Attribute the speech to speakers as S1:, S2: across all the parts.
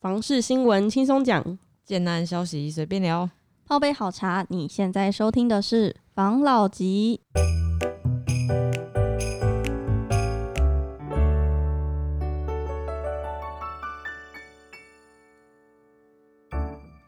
S1: 房事新闻轻松讲，
S2: 简单消息随便聊。
S3: 泡杯好茶，你现在收听的是防老集。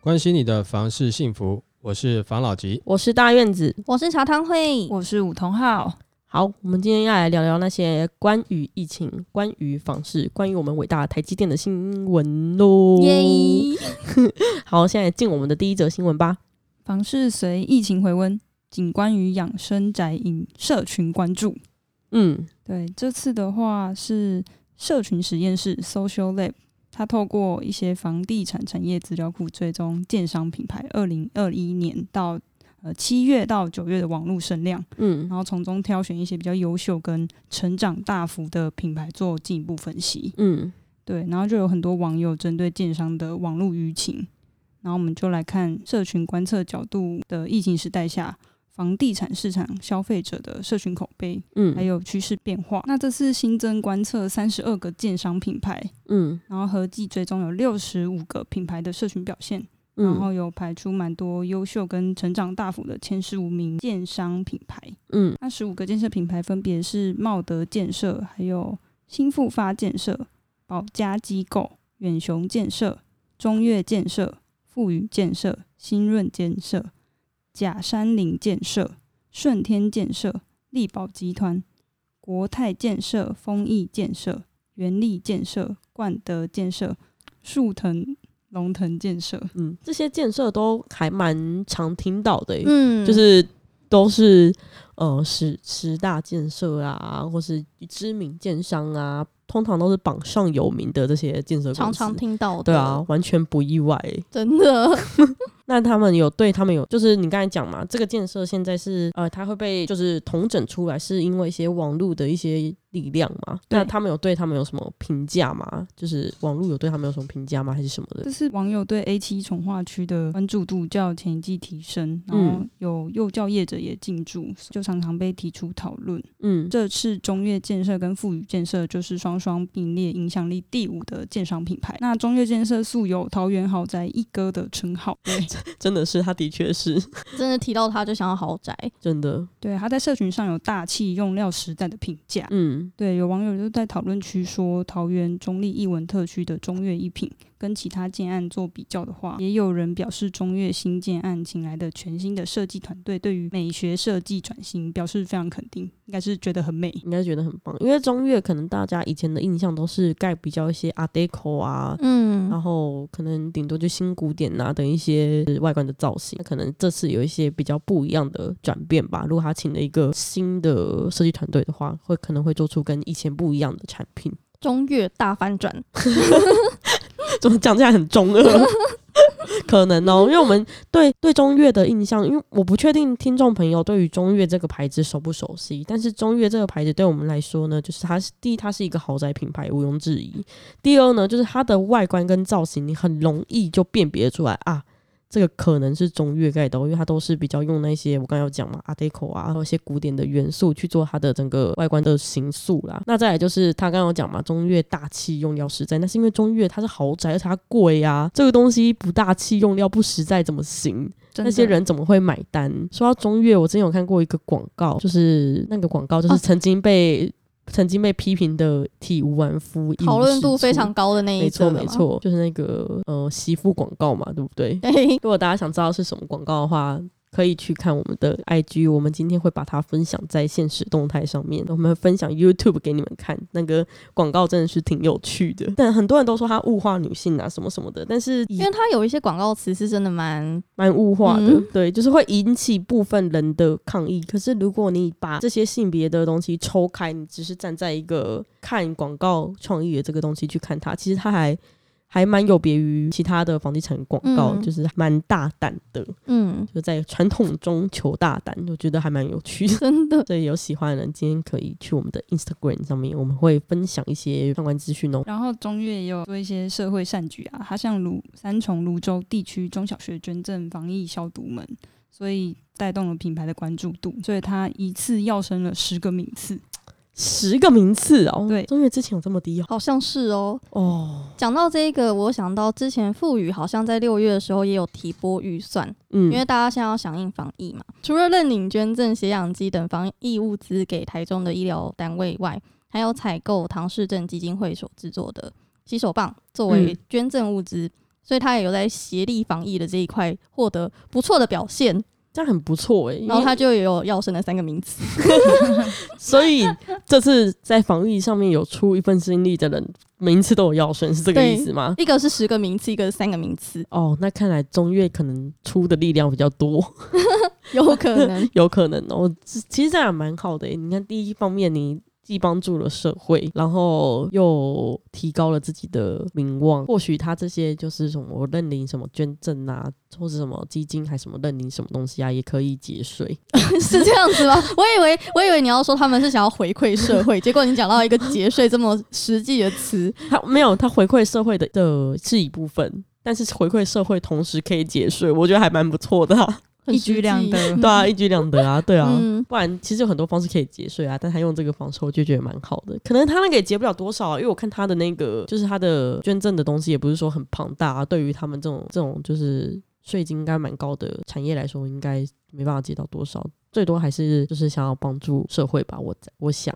S4: 关心你的房事幸福，我是房老吉。
S1: 我是大院子。
S3: 我是茶汤会，
S1: 哦
S2: 我是武同浩，
S1: 好，我们今天要来聊聊那些关于疫情、关于房事、关于我们伟大的台积电的新闻喽。
S3: 耶！！
S1: 哎好，现在进我们的第一则新闻吧。
S5: 房市随疫情回温，仅关于养生宅引社群关注。
S1: 嗯，
S5: 对，这次的话是社群实验室 （Social Lab），它透过一些房地产产业资料库追踪建商品牌二零二一年到呃七月到九月的网络声量，
S1: 嗯
S5: 然后从中挑选一些比较优秀跟成长大幅的品牌做进一步分析。
S1: 嗯，
S5: 对，然后就有很多网友针对建商的网络舆情，然后我们就来看社群观测角度的疫情时代下，房地产市场消费者的社群口碑，
S1: 嗯，
S5: 还有趋势变化。那这次新增观测三十二个建商品牌，
S1: 嗯
S5: 然后合计追踪有六十五个品牌的社群表现，然
S1: 嗯
S5: 后有排出蛮多优秀跟成长大幅的前十五名建商品牌。
S1: 嗯
S5: 那十五个建设品牌分别是茂德建设、还有新复发建设、保家机构、远雄建设、中越建设、富宇建设、新润建设、假山林建设、顺天建设、力宝集团、国泰建设、丰益建设、元力建设、冠德建设、树藤龙腾建设。
S1: 嗯，这些建设都还蛮常听到的、欸，
S3: 嗯，
S1: 就是都是呃十十大建设啊，或是知名建商啊，通常都是榜上有名的这些建设公司。
S3: 常常听到的，
S1: 对啊，，完全不意外欸、
S3: 真的，
S1: 那他们有对他们有，就是你刚才讲嘛，这个建设现在是呃，它会被就是统整出来，是因为一些网络的一些力量嘛。
S5: 对
S1: 那他们有对他们有什么评价吗？就是网络有对他们有什么评价吗？还是什么的？
S5: 这是网友对 A 七从化区的关注度较前一季提升，然后有幼教业者也进驻，就常常被提出讨论。
S1: 嗯
S5: 这次中越建设跟富宇建设就是双双并列影响力第五的建商品牌。那中越建设素有“桃园豪宅一哥”的称号，对
S1: 真的是，他的确是
S3: 真的提到他就想要豪 宅，
S1: 真的。
S5: 对，他在社群上有大气用料时代的评价。
S1: 嗯
S5: 对，有网友就在讨论区说，桃园中立艺文特区的中越一品跟其他建案做比较的话，也有人表示中越新建案请来的全新的设计团队，对于美学设计转型表示非常肯定，应该是觉得很美。
S1: 应该觉得很棒，因为中越可能大家以前的印象都是盖比较一些 Art Deco 啊，
S3: 嗯
S1: 然后可能顶多就新古典啊等一些外观的造型，那可能这次有一些比较不一样的转变吧。如果他请了一个新的设计团队的话，会可能会做出跟以前不一样的产品。
S3: 中越大翻转，
S1: 怎么讲起来很中二？ 可能哦，因为我们对对中越的印象，因为我不确定听众朋友对于中越这个牌子熟不熟悉，但是中越这个牌子对我们来说呢，就是它是第一，它是一个豪宅品牌，毋庸置疑；第二呢，就是它的外观跟造型，你很容易就辨别出来啊。这个可能是中越盖的哦，因为它都是比较用那些我刚刚有讲嘛，Art Deco 啊，还有一些古典的元素去做它的整个外观的形塑啦。那再来就是他刚刚有讲嘛，中越大气用料实在，那是因为中越它是豪宅，而且它贵啊，这个东西不大气用料不实在怎么行？
S5: 真
S1: 那
S5: 的
S1: 些人怎么会买单？说到中越，我之前有看过一个广告，就是那个广告
S3: 哦
S1: 就是曾经被、曾经被批评的体无完肤，一无
S3: 讨论度
S1: 是处
S3: 非常高的那一
S1: 没错
S3: 则
S1: 嗯没
S3: 嘛，
S1: 错，就是那个呃媳妇广告嘛，对不对？
S3: 对，
S1: 如果大家想知道是什么广告的话，可以去看我们的 IG，我们今天会把它分享在现实动态上面，我们会分享 YouTube 给你们看。那个广告真的是挺有趣的，但很多人都说它物化女性啊什么什么的，但是
S3: 因为它有一些广告词是真的蛮，
S1: 蛮物化的，
S3: 嗯
S1: 对，就是会引起部分人的抗议。可是如果你把这些性别的东西抽开，你只是站在一个看广告创意的这个东西去看它，其实它还还蛮有别于其他的房地产广告，
S3: 嗯
S1: 就是蛮大胆的，
S3: 嗯，
S1: 就在传统中求大胆，我觉得还蛮有趣的。
S3: 真的，
S1: 所以有喜欢的人，今天可以去我们的 Instagram 上面，我们会分享一些相关资讯哦。
S5: 然后中越也有做一些社会善举啊，它向泸三重、泸州地区中小学捐赠防疫消毒门，所以带动了品牌的关注度，所以它一次要升了十个名次。
S1: 十个名次哦。
S5: 对
S1: 中越之前有这么低哦。
S3: 好像是哦。
S1: 哦，
S3: 讲到这个，我想到之前富宇好像在六月的时候也有提拨预算，
S1: 嗯，
S3: 因为大家现在要响应防疫嘛，除了认领捐赠血氧机等防疫物资给台中的医疗单位外，还有采购唐氏症基金会所制作的洗手棒作为
S1: 嗯
S3: 捐赠物资，所以他也有在协力防疫的这一块获得不错的表现。
S1: 这样很不错哎。
S3: 然后
S1: 因为
S3: 他就有要生的三个名词，
S1: 所以这次在防疫上面有出一份心力的人，每一次都有药神，是这个
S3: 对
S1: 意思吗？
S3: 一个是十个名词，一个是三个名词，
S1: 哦，那看来中越可能出的力量比较多，
S3: 有可能
S1: 有可能哦。这其实这样也蛮好的耶。你看，第一方面你既帮助了社会，然后又提高了自己的名望。或许他这些就是什么认领什么捐赠啊，或者什么基金还什么认领什么东西啊，也可以节税。
S3: 是这样子吗？ 我以为我以为你要说他们是想要回馈社会，结果你讲到一个节税这么实际的词，
S1: 他没有，他回馈社会的的是一部分。但是回馈社会，同时可以节税，我觉得还蛮不错的、啊，
S3: 很
S2: 一举
S3: 实
S2: 两
S3: 际
S2: 得
S5: 嗯
S1: 对啊，一举两得啊，对啊，
S3: 嗯，
S1: 不然其实有很多方式可以节税啊，但他用这个方式，我就觉得蛮好的。可能他那个也节不了多少、啊，因为我看他的那个，就是他的捐赠的东西也不是说很庞大、啊，对于他们这种这种就是税金应该蛮高的产业来说，应该没办法节到多少，最多还是就是想要帮助社会吧。我在我想，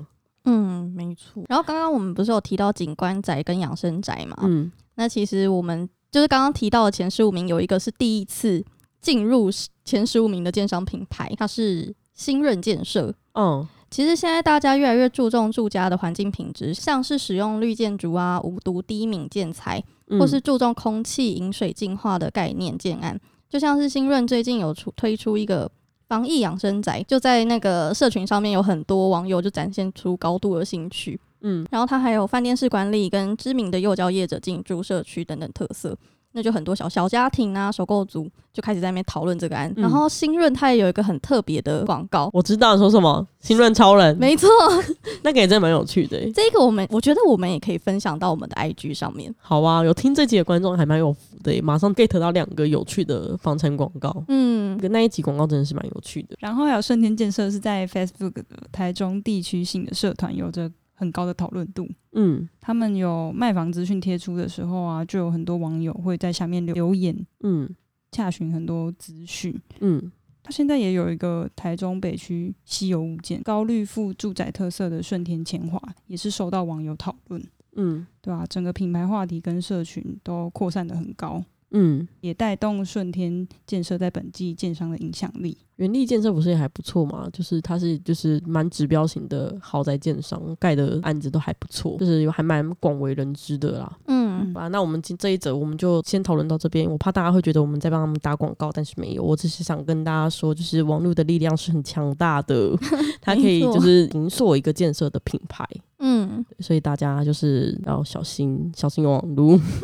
S3: 嗯，没错。然后刚刚我们不是有提到景观宅跟养生宅嘛？
S1: 嗯，
S3: 那其实我们就是刚刚提到的前十五名，有一个是第一次进入前十五名的建商品牌，它是新润建设。
S1: 哦，
S3: 其实现在大家越来越注重住家的环境品质，像是使用绿建筑啊、无毒低敏建材，
S1: 嗯
S3: 或是注重空气饮水净化的概念建案，就像是新润最近有出推出一个防疫养生宅，就在那个社群上面有很多网友就展现出高度的兴趣。
S1: 嗯
S3: 然后它还有饭店式管理跟知名的幼教业者进驻社区等等特色，那就很多小小家庭啊、首购族就开始在那边讨论这个案。
S1: 嗯
S3: 然后新润它也有一个很特别的广告，
S1: 我知道你说什么，新润超人，
S3: 没错，
S1: 那个也真的蛮有趣的欸、
S3: 这个我们我觉得我们也可以分享到我们的 IG 上面。
S1: 好啊，有听这集的观众还蛮有福的欸、马上 get 到两个有趣的房产广告。
S3: 嗯
S1: 那，个那一集广告真的是蛮有趣的。
S5: 然后还有顺天建设是在 Facebook 的台中地区性的社团有着很高的讨论度。
S1: 嗯
S5: 他们有卖房资讯贴出的时候啊，就有很多网友会在下面留留言，
S1: 嗯
S5: 洽询很多资讯。
S1: 嗯
S5: 它现在也有一个台中北区稀有物件，高绿富住宅特色的顺天千华，也是受到网友讨论，
S1: 嗯
S5: 对啊，整个品牌话题跟社群都扩散的很高，
S1: 嗯，
S5: 也带动顺天建设在本季建商的影响力。
S1: 原力建设不是也还不错嘛？就是它是就是蛮指标型的豪宅建商，盖的案子都还不错，就是有还蛮广为人知的啦。
S3: 嗯，
S1: 好吧，那我们今这一则我们就先讨论到这边。我怕大家会觉得我们在帮他们打广告，但是没有，我只是想跟大家说，就是网络的力量是很强大 的，它可以
S3: 没错
S1: 就是营塑一个建设的品牌。
S3: 嗯，
S1: 所以大家就是要小心，小心有网络。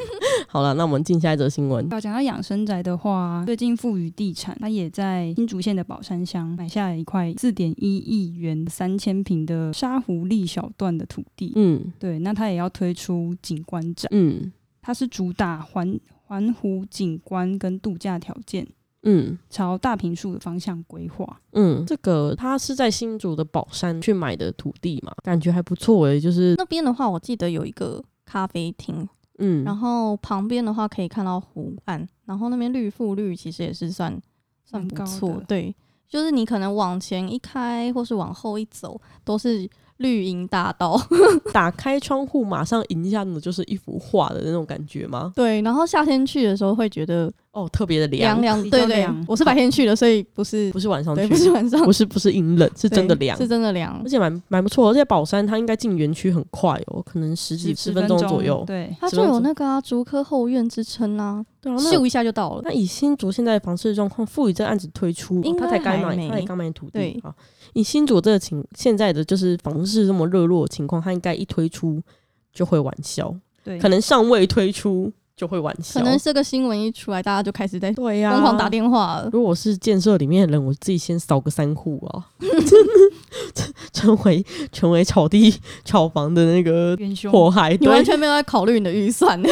S1: 好了，那我们进下一则新闻。
S5: 要啊讲到养生宅的话，最近富裕地产，它也在新竹县的宝山乡买下了一块四点一亿元三千平的沙湖利小段的土地。
S1: 嗯
S5: 对，那它也要推出景观展，
S1: 嗯
S5: 它是主打环环湖景观跟度假条件，
S1: 嗯
S5: 朝大平数的方向规划。
S1: 嗯，这个他是在新竹的宝山去买的土地嘛，感觉还不错诶、欸就是
S3: 那边的话，我记得有一个咖啡厅，
S1: 嗯，
S3: 然后旁边的话可以看到湖岸，然后那边绿覆绿其实也是算算
S5: 蛮
S3: 不
S5: 高
S3: 错
S5: 的，
S3: 对，就是你可能往前一开或是往后一走都是绿荫大道，
S1: 打开窗户马上迎向的就是一幅画的那种感觉吗？
S3: 对，然后夏天去的时候会觉得
S1: 哦，特别的凉，
S3: 凉凉，
S5: 比较
S3: 对对
S5: 凉，
S3: 我是白天去的，所以不是
S1: 不是晚上去
S3: 对，，不是晚上，
S1: 不是不是阴冷，是
S3: 对
S1: 真的凉
S3: 是。真的凉
S1: 而，且蛮蛮不错，而且宝山它应该进园区很快哦，可能十几
S5: 10
S1: 分钟左右。
S5: 对，
S3: 它就有那个啊竹科后院之称啊，
S1: 对啊，那
S3: 咻一下就到了，
S1: 那以新竹现在的房市状况，赋予这案子推出，
S3: 应
S1: 他才
S3: 该
S1: 刚
S3: 还
S1: 买，
S3: 没
S1: 他才刚买土地
S3: 对
S1: 啊。以新竹这个情现在的就是房市这么热络的情况，他应该一推出就会玩笑，
S5: 对，
S1: 可能尚未推出就会玩笑。
S3: 可能这个新闻一出来，大家就开始在
S1: 对啊呀、
S3: 疯狂打电话了。
S1: 如果我是建设里面的人，我自己先扫个三户 啊，成为成为炒地炒房的那个
S5: 元凶
S1: 祸害。
S3: 你完
S1: 对，
S3: 全没有在考虑你的预算呢。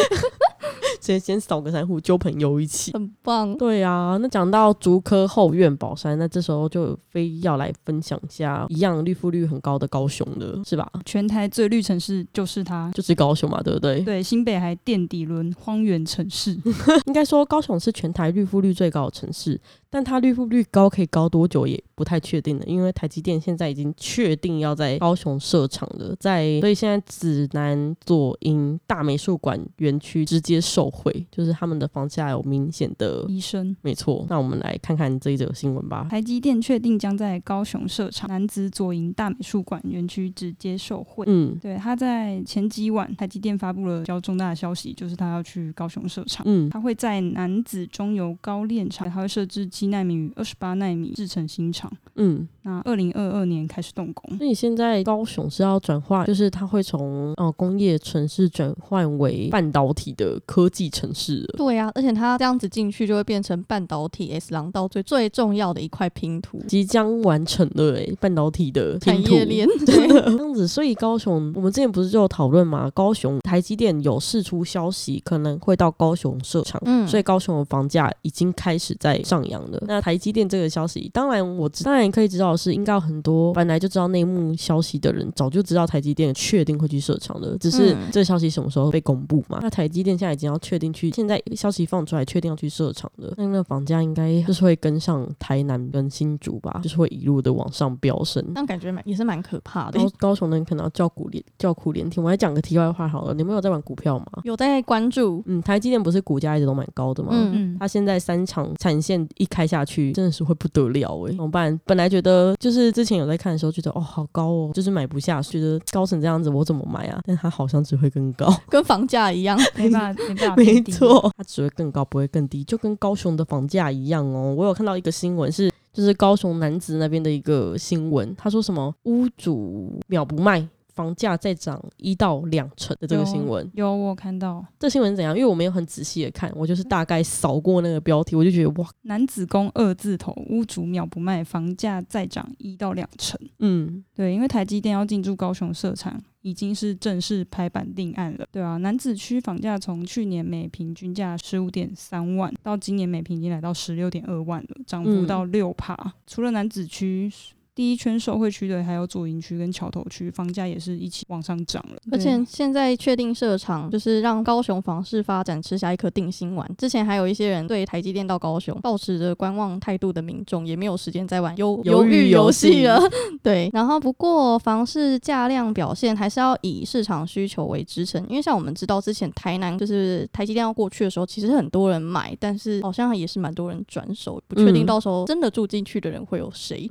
S1: 先先扫个三户，揪朋友一起。
S3: 很棒。
S1: 对啊，那讲到竹科后院宝山，那这时候就非要来分享一下一样绿覆率很高的高雄了，是吧？
S5: 全台最绿城市就是它。
S1: 就是高雄嘛，对不对？
S5: 对，新北还垫底轮荒原城市，
S1: 应该说高雄是全台绿覆率最高的城市，但它绿覆率高可以高多久也不太确定了，因为台积电现在已经确定要在高雄设厂了，在所以现在指南、左营、嗯大美术馆园区直接受惠，就是他们的房价有明显的。
S5: 医生。
S1: 没错，那我们来看看这一则新闻吧。
S5: 台积电确定将在高雄设厂，男子左营大美术馆园区直接受惠。
S1: 嗯
S5: 对，他在前几晚，台积电发布了比较重大的消息，就是他要去高雄设厂。
S1: 嗯，
S5: 它会在南子中油高炼厂，它会设置七纳米与二十八纳米制成新厂。
S1: 嗯，
S5: 那二零二二年开始动工。
S1: 所以现在高雄是要转化，就是它会从呃工业城市转换为半导体的科技城市了。
S3: 对啊，而且它这样子进去就会变成半导体 S 廊道最最重要的一块拼图，
S1: 即将完成了诶、半导体的拼
S3: 产
S1: 图
S3: 业链。
S1: 真
S3: 对
S1: 的这样子，所以高雄，我们之前不是就有讨论嘛？高雄台积电有释出消息，可能会到高雄设厂，
S3: 嗯
S1: 所以高雄的房价已经开始在上扬了。那台积电这个消息，当然我知，当然可以知道的是，应该有很多本来就知道内幕消息的人，早就知道台积电确定会去设厂了，只是
S3: 嗯
S1: 这个消息什么时候被公布嘛？那台积电现在已经要确定去，现在消息放出来，确定要去设厂了，那那房价应该就是会跟上台南跟新竹吧，就是会一路的往上飙升。
S3: 那感觉蛮也是蛮可怕的
S1: 高。高雄的人可能要叫苦连叫苦连天。我来讲个题外话好了，你们有在玩股票吗？
S3: 有在关注，
S1: 嗯，台积电不是股价一直都蛮高的吗？
S3: 嗯
S5: 嗯，
S1: 它现在三场产线一开下去，真的是会不得了哎、怎么办？本来觉得就是之前有在看的时候，觉得哦好高哦，就是买不下，觉得高成这样子我怎么买啊？但它好像只会更高，
S3: 跟房价一样，
S5: 没 办法，没办法，
S1: 没，错，它只会更高，不会更低，就跟高雄的房价一样哦。我有看到一个新闻是。就是高雄男子那边的一个新闻，他说什么屋主秒不卖，房价再涨一到两成的这个新闻。
S5: 有我有看到
S1: 这新闻是怎样？因为我没有很仔细的看，我就是大概扫过那个标题，我就觉得哇，
S5: 男子宫二字头，屋主秒不卖，房价再涨一到两成。
S1: 嗯，
S5: 对，因为台积电要进驻高雄设厂，已经是正式拍板定案了。对啊，南子区房价从去年每平均价十五点三万，到今年每平已经来到十六点二万了，涨幅
S1: 嗯
S5: 到六趴。除了南子区。第一圈受惠区的还有左营区跟桥头区，房价也是一起往上涨了。
S3: 而且
S5: 对
S3: 现在确定设厂，就是让高雄房市发展吃下一颗定心丸。之前还有一些人对台积电到高雄抱持着观望态度的民众，也没有时间再玩
S1: 鱿
S3: 鱿鱿
S1: 鱼
S3: 鱼
S1: 游
S3: 游
S1: 戏
S3: 戏了。 对，然后不过房市价量表现还是要以市场需求为支撑，因为像我们知道之前台南就是台积电要过去的时候，其实很多人买，但是好像也是蛮多人转手，不确定
S1: 嗯
S3: 到时候真的住进去的人会有谁。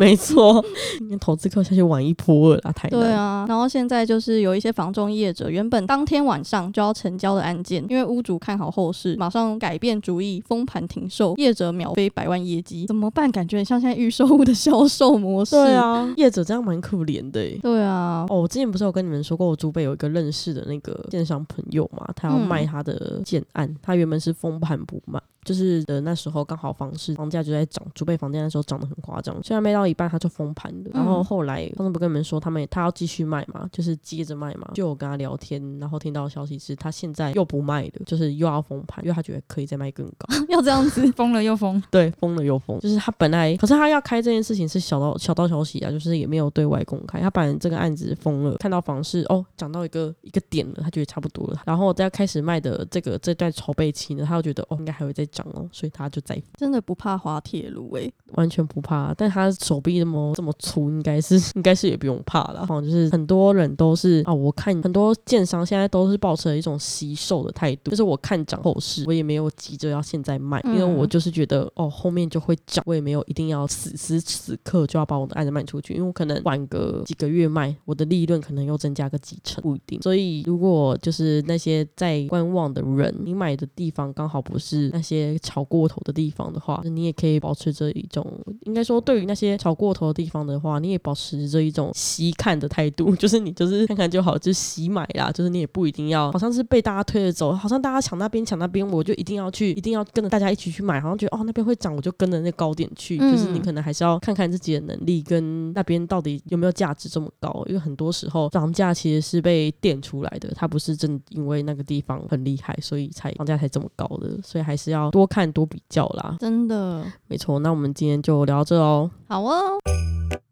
S1: 没错，今天投资客下去玩一波了啦，台南。
S3: 对啊，然后现在就是有一些房仲业者，原本当天晚上就要成交的案件，因为屋主看好后市，马上改变主意，封盘停售，业者秒飞百万业绩，怎么办？感觉很像现在预售物的销售模式。
S1: 对，啊，业者这样蛮可怜的、欸。
S3: 对啊，
S1: 哦，我之前不是有跟你们说过，我祖北有一个认识的那个建商朋友嘛，他要
S3: 嗯
S1: 卖他的建案，他原本是封盘不卖，就是呃那时候刚好房市房价就在涨，祖北房价那时候涨得很夸张，虽然卖到一半他就封盘了，然后
S3: 嗯
S1: 后来上次不跟你们说他们也他要继续卖嘛，就是接着卖嘛，就有跟他聊天，然后听到消息是他现在又不卖了，就是又要封盘，因为他觉得可以再卖更高。
S3: 要这样子。
S5: 疯了又疯，
S1: 对，封了又封，就是他本来，可是他要开这件事情是小道小道消息啊，就是也没有对外公开。他把这个案子封了，看到房市哦，讲到一个一个点了，他觉得差不多了。然后在开始卖的这个这段筹备期呢，他又觉得哦，应该还会再涨哦，所以他就再
S3: 真的不怕滑铁卢欸诶、
S1: 完全不怕。但他手臂这么这么粗，应该是 应该是也不用怕了。哦，就是很多人都是啊，我看很多建商现在都是抱持了一种惜售的态度，就是我看涨后市，我也没有急着要现在卖，因为
S3: 嗯
S1: 我就是觉得哦后面就会涨，我也没有一定要此时此刻就要把我的案子卖出去，因为我可能晚个几个月卖，我的利润可能又增加个几成，不一定。所以如果就是那些在观望的人，你买的地方刚好不是那些些炒过头的地方的话，你也可以保持着一种，应该说对于那些炒过头的地方的话，你也保持着一种惜看的态度， 就是你就是看看就好，就惜买啦，就是你也不一定要，好像是被大家推着走，好像大家抢那边抢那边，我就一定要去，一定要跟着大家一起去买，好像觉得哦那边会涨，我就跟着那高点去，
S3: 嗯
S1: 就是你可能还是要看看自己的能力跟那边到底有没有价值这么高，因为很多时候涨价其实是被垫出来的，它不是真的因为那个地方很厉害，所以才涨价才这么高的，所以还是要多看多比较啦。
S3: 真的
S1: 没错，那我们今天就聊到这哦。
S3: 好哦，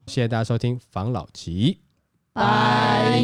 S4: 谢谢大家收听房老吉。
S3: 拜。